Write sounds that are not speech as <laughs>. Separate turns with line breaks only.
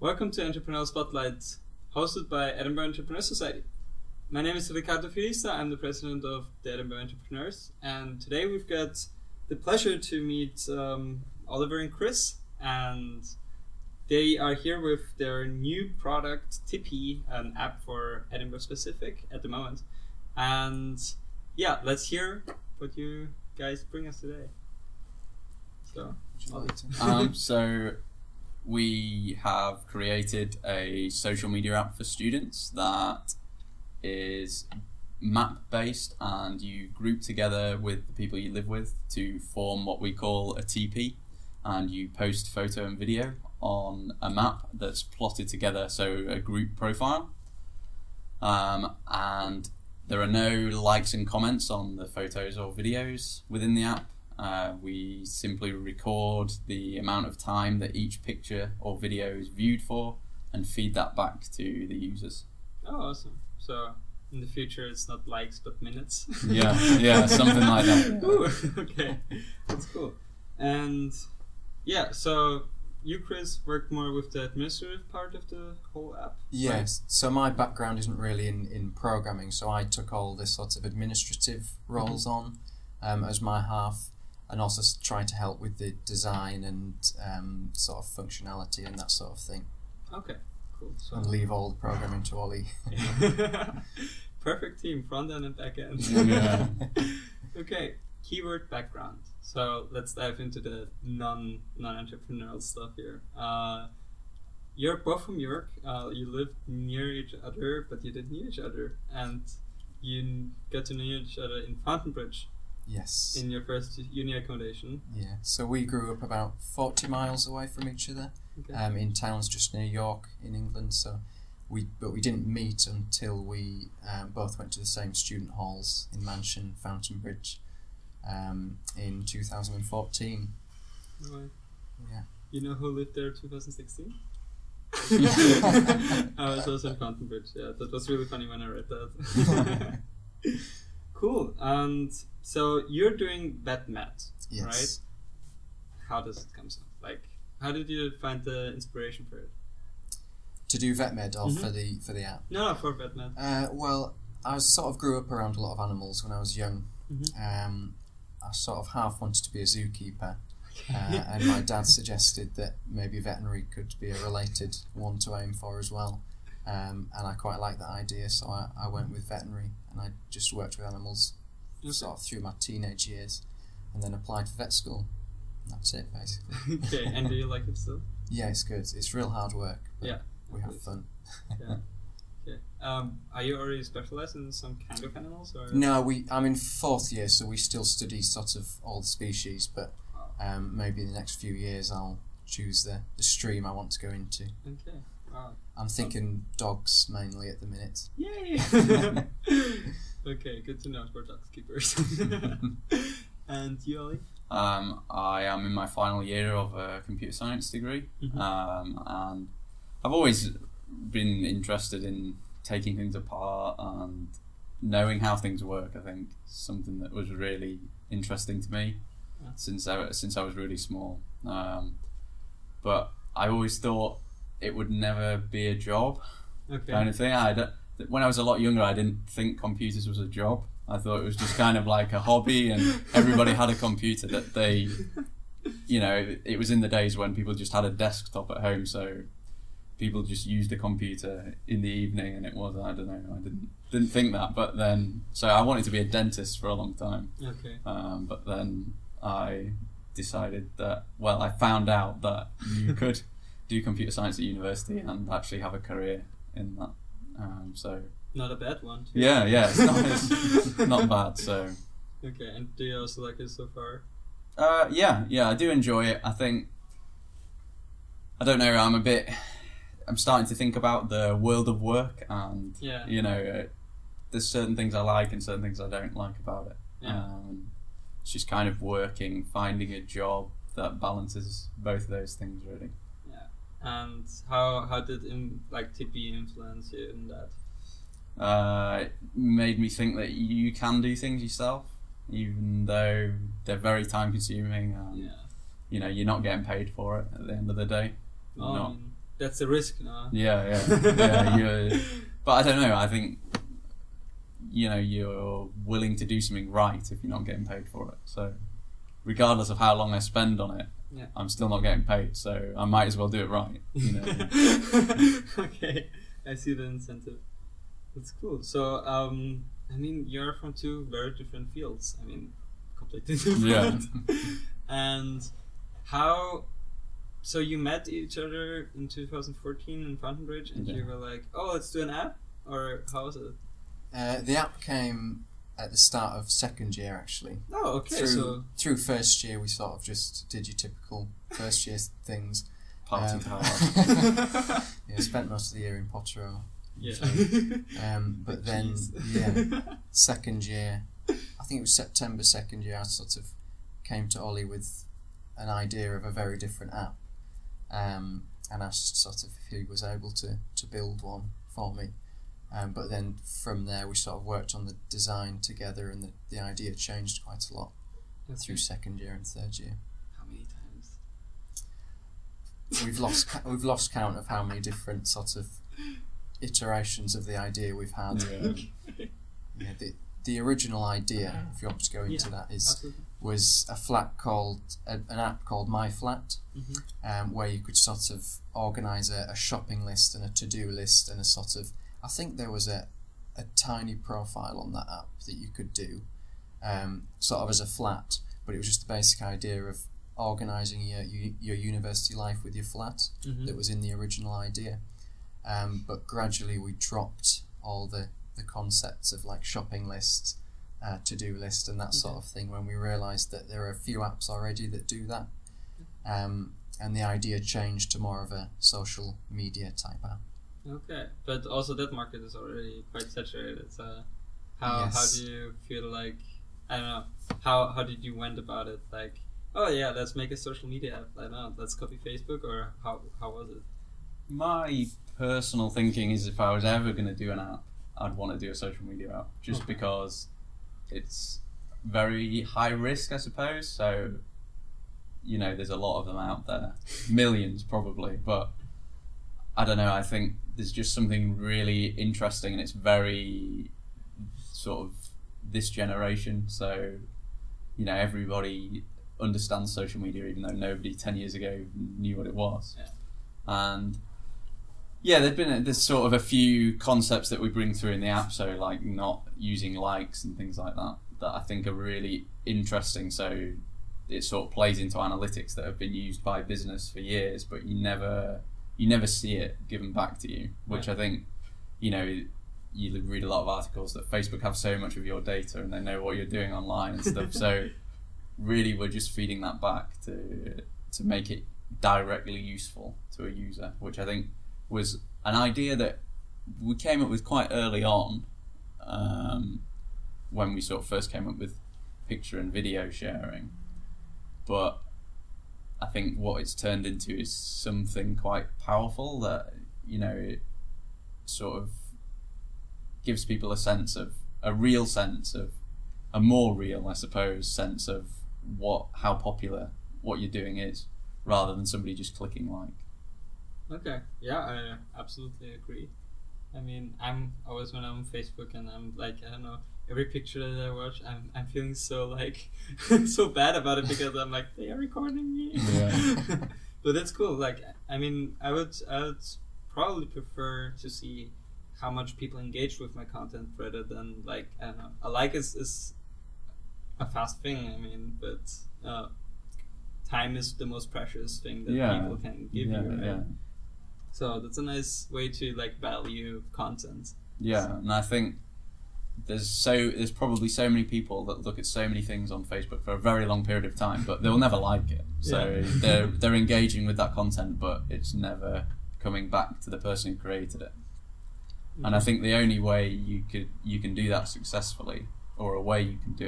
Welcome to Entrepreneur Spotlight, hosted by Edinburgh Entrepreneur Society. My name is Ricardo Firisa, I'm the president of the Edinburgh Entrepreneurs, and today we've got the pleasure to meet um, Oliver and Chris, and they are here with their new product, Tippy, an app for Edinburgh specific at the moment. And yeah, let's hear what you guys bring us today. So, Ollie.
um, so we have created a social media app for students that is map based and you group together with the people you live with to form what we call a TP and you post photo and video on a map that's plotted together so a group profile um, and there are no likes and comments on the photos or videos within the app uh, we simply record the amount of time that each picture or video is viewed for and feed that back to the users.
Oh, awesome. So in the future, it's not likes but minutes.
Yeah,
<laughs>
yeah, something like that.
Ooh, okay, that's cool. And yeah, so you, Chris, worked more with the administrative part of the whole app.
Yes. So my background isn't really in, in programming, so I took all the sort of administrative roles on um, as my half, and also s- tried to help with the design and um, sort of functionality and that sort of thing,
Okay, cool. So
Oh,
and leave all the programming to Ollie.
<laughs> perfect team, front end and back end.
Yeah.
<laughs> okay, keyword background. So let's dive into the non non entrepreneurial stuff here. Uh, you're both from York. Uh, you lived near each other, but you didn't know each other, and you n- got to know each other in Fountainbridge
<laughs> yes.
in your first uni accommodation.
yeah. So we grew up about forty miles away from each other.
Okay.
um, in towns just near York in England. So we, but we didn't meet until we um, both went to the same student halls in Mansion, Fountainbridge, um, in 2014.
No way.
Yeah.
You know who lived there
<laughs>
2016?
Yeah.
I was also in Fountainbridge. Yeah, that was really funny when I read
<laughs>
that. cool. And so you're doing vet mat.
Yes.
How does it come so? Like, how did you find the inspiration for it?
To do vet med or for
Mhm.
the for the app.
No, no, for vet mat.
Uh, well, I was, sort of grew up around a lot of animals when I was young.
Mhm.
Um, I sort of half wanted to be a zookeeper, uh, and my dad suggested that maybe veterinary could be a related one to aim for as well. Um, and I quite liked that idea, so I, I went with veterinary and I just worked with animals sort of through my teenage years and then applied for vet school. That's it, basically.
<laughs> okay, and do you like it still?
Yeah, it's good. It's real hard work, but
Yeah.
we have fun.
Okay. Um, are you already specialized in some kind of animals? Or?
<laughs> No, we. I'm in fourth year, so we still study sort of all the species, but um, maybe in the next few years I'll choose the, the stream I want to go into.
Okay. Wow.
I'm thinking dogs mainly at the minute.
<laughs> Yay! okay, good to know for ducks keepers. <laughs> and you, Ollie?
Um, I am in my final year of a computer science degree,
Mhm.
um, and I've always been interested in taking things apart and knowing how things work. I think something that was really interesting to me
Yeah.
since I since I was really small. Um, but I always thought it would never be a job
Okay.
kind of thing. I don't, th- when I was a lot younger, I didn't think computers was a job. I thought it was just kind of like a hobby, and everybody had a computer that they, you know, it- it was in the days when people just had a desktop at home, so people just used a computer in the evening, and it was I don't know, I didn't didn't think that, but then so I wanted to be a dentist for a long time,
Okay.
um, but then I decided that well, I found out that you could do computer science at university and actually have a career in that. Um, so
Not a bad one. too.
yeah, yeah, it's not, it's not bad. So
Okay, and do you also like it so far?
uh, yeah, yeah, I do enjoy it. I think I don't know. I'm a bit. I'm starting to think about the world of work, and
Yeah.
you know, uh, there's certain things I like and certain things I don't like about it.
Yeah.
Um, it's just kind of working, finding a job that balances both of those things, really.
And how how did in, like TP influence you in that?
uh, it made me think that you can do things yourself, even though they're very time consuming. And,
Yeah.
You know, you're not getting paid for it at the end of the day.
Oh, I
Not
mean, That's the risk now.
Yeah, yeah,
<laughs>
yeah. You're, but I don't know. I think you know you're willing to do something right if you're not getting paid for it. So, regardless of how long I spend on it,
Yeah.
I'm still not getting paid. So I might as well do it right. You
<laughs>
know?
okay, I see the incentive. That's cool. So, um, I mean, you're from two very different fields. I mean, completely <laughs>
Yeah.
different. and how? So you met each other in 2014 in Fountain Bridge, and
Yeah.
you were like, "Oh, let's do an app," or how was it?
Uh, the app came at the start of second year, actually.
Oh, okay.
through,
<laughs>
So <laughs>
through first year, we sort of just did your typical first year things.
Party
Um,
hard.
<laughs> Yeah, spent most of the year in Pottero.
yeah.
Um, but then, yeah, second year, I think it was September second year, I sort of came to Ollie with an idea of a very different app um, and asked sort of if he was able to, to build one for me. Um, but then from there, we sort of worked on the design together and the, the idea changed quite a lot
That's
through second year and third year.
How many times? <laughs>
We've lost ca- we've lost count of how many different sort of iterations of the idea we've had.
Yeah.
Yeah, the, the original idea, if you want to go into that, is
Absolutely.
was a flat called a, an app called My Flat,
Mhm.
um, where you could sort of organize a, a shopping list and a to do list and a sort of I think there was a a tiny profile on that app that you could do, um, sort of as a flat, but it was just the basic idea of organizing your your your university life with your flat
Mhm.
that was in the original idea. Um, but gradually we dropped all the, the concepts of like shopping lists, uh, to do list, and that sort of thing when we realised that there are a few apps already that do that. Um, and the idea changed to more of a social media type app.
Okay, but also that market is already quite saturated. So, how
Yes.
how do you feel like I don't know how how did you went about it? Like, oh yeah, let's make a social media app. I don't know, let's copy Facebook, or how how was it?
My personal thinking is if I was ever going to do an app, I'd want to do a social media app just
Okay.
because it's very high risk, I suppose. So, you know, there's a lot of them out there, millions probably, but I don't know. I think there's just something really interesting and it's very sort of this generation. So, you know, everybody understands social media, even though nobody 10 years ago knew what it was.
Yeah.
And yeah, there've been a, there's sort of a few concepts that we bring through in the app, so like not using likes and things like that, that I think are really interesting. So it sort of plays into analytics that have been used by business for years, but you never you never see it given back to you, which I think you know you read a lot of articles that Facebook have so much of your data and they know what you're doing online and stuff. so really, we're just feeding that back to to make it directly useful to a user, which I think was an idea that we came up with quite early on um, when we sort of first came up with picture and video sharing. But I think what it's turned into is something quite powerful that, you know, it sort of gives people a sense of, a real sense of, a more real, I suppose, sense of what, how popular what you're doing is rather than somebody just clicking like.
Okay, yeah, I absolutely agree. I mean, I'm always when I'm on Facebook and I'm like, I don't know, every picture that I watch, I'm, I'm feeling so like, <laughs> so bad about it because I'm like, they are recording me.
Yeah.
<laughs>
<laughs>
but that's cool. Like, I mean, I would, I would probably prefer to see how much people engage with my content rather than like, I don't know, a like is, is a fast thing. I mean, but uh, time is the most precious thing that
Yeah.
people can give you. Right? So that's a nice way to like value content.
Yeah, and I think there's so there's probably so many people that look at so many things on Facebook for a very long period of time, but they'll never like it. So
Yeah.
they're they're engaging with that content, but it's never coming back to the person who created it. And I think the only way you could you can do that successfully, or a way you can do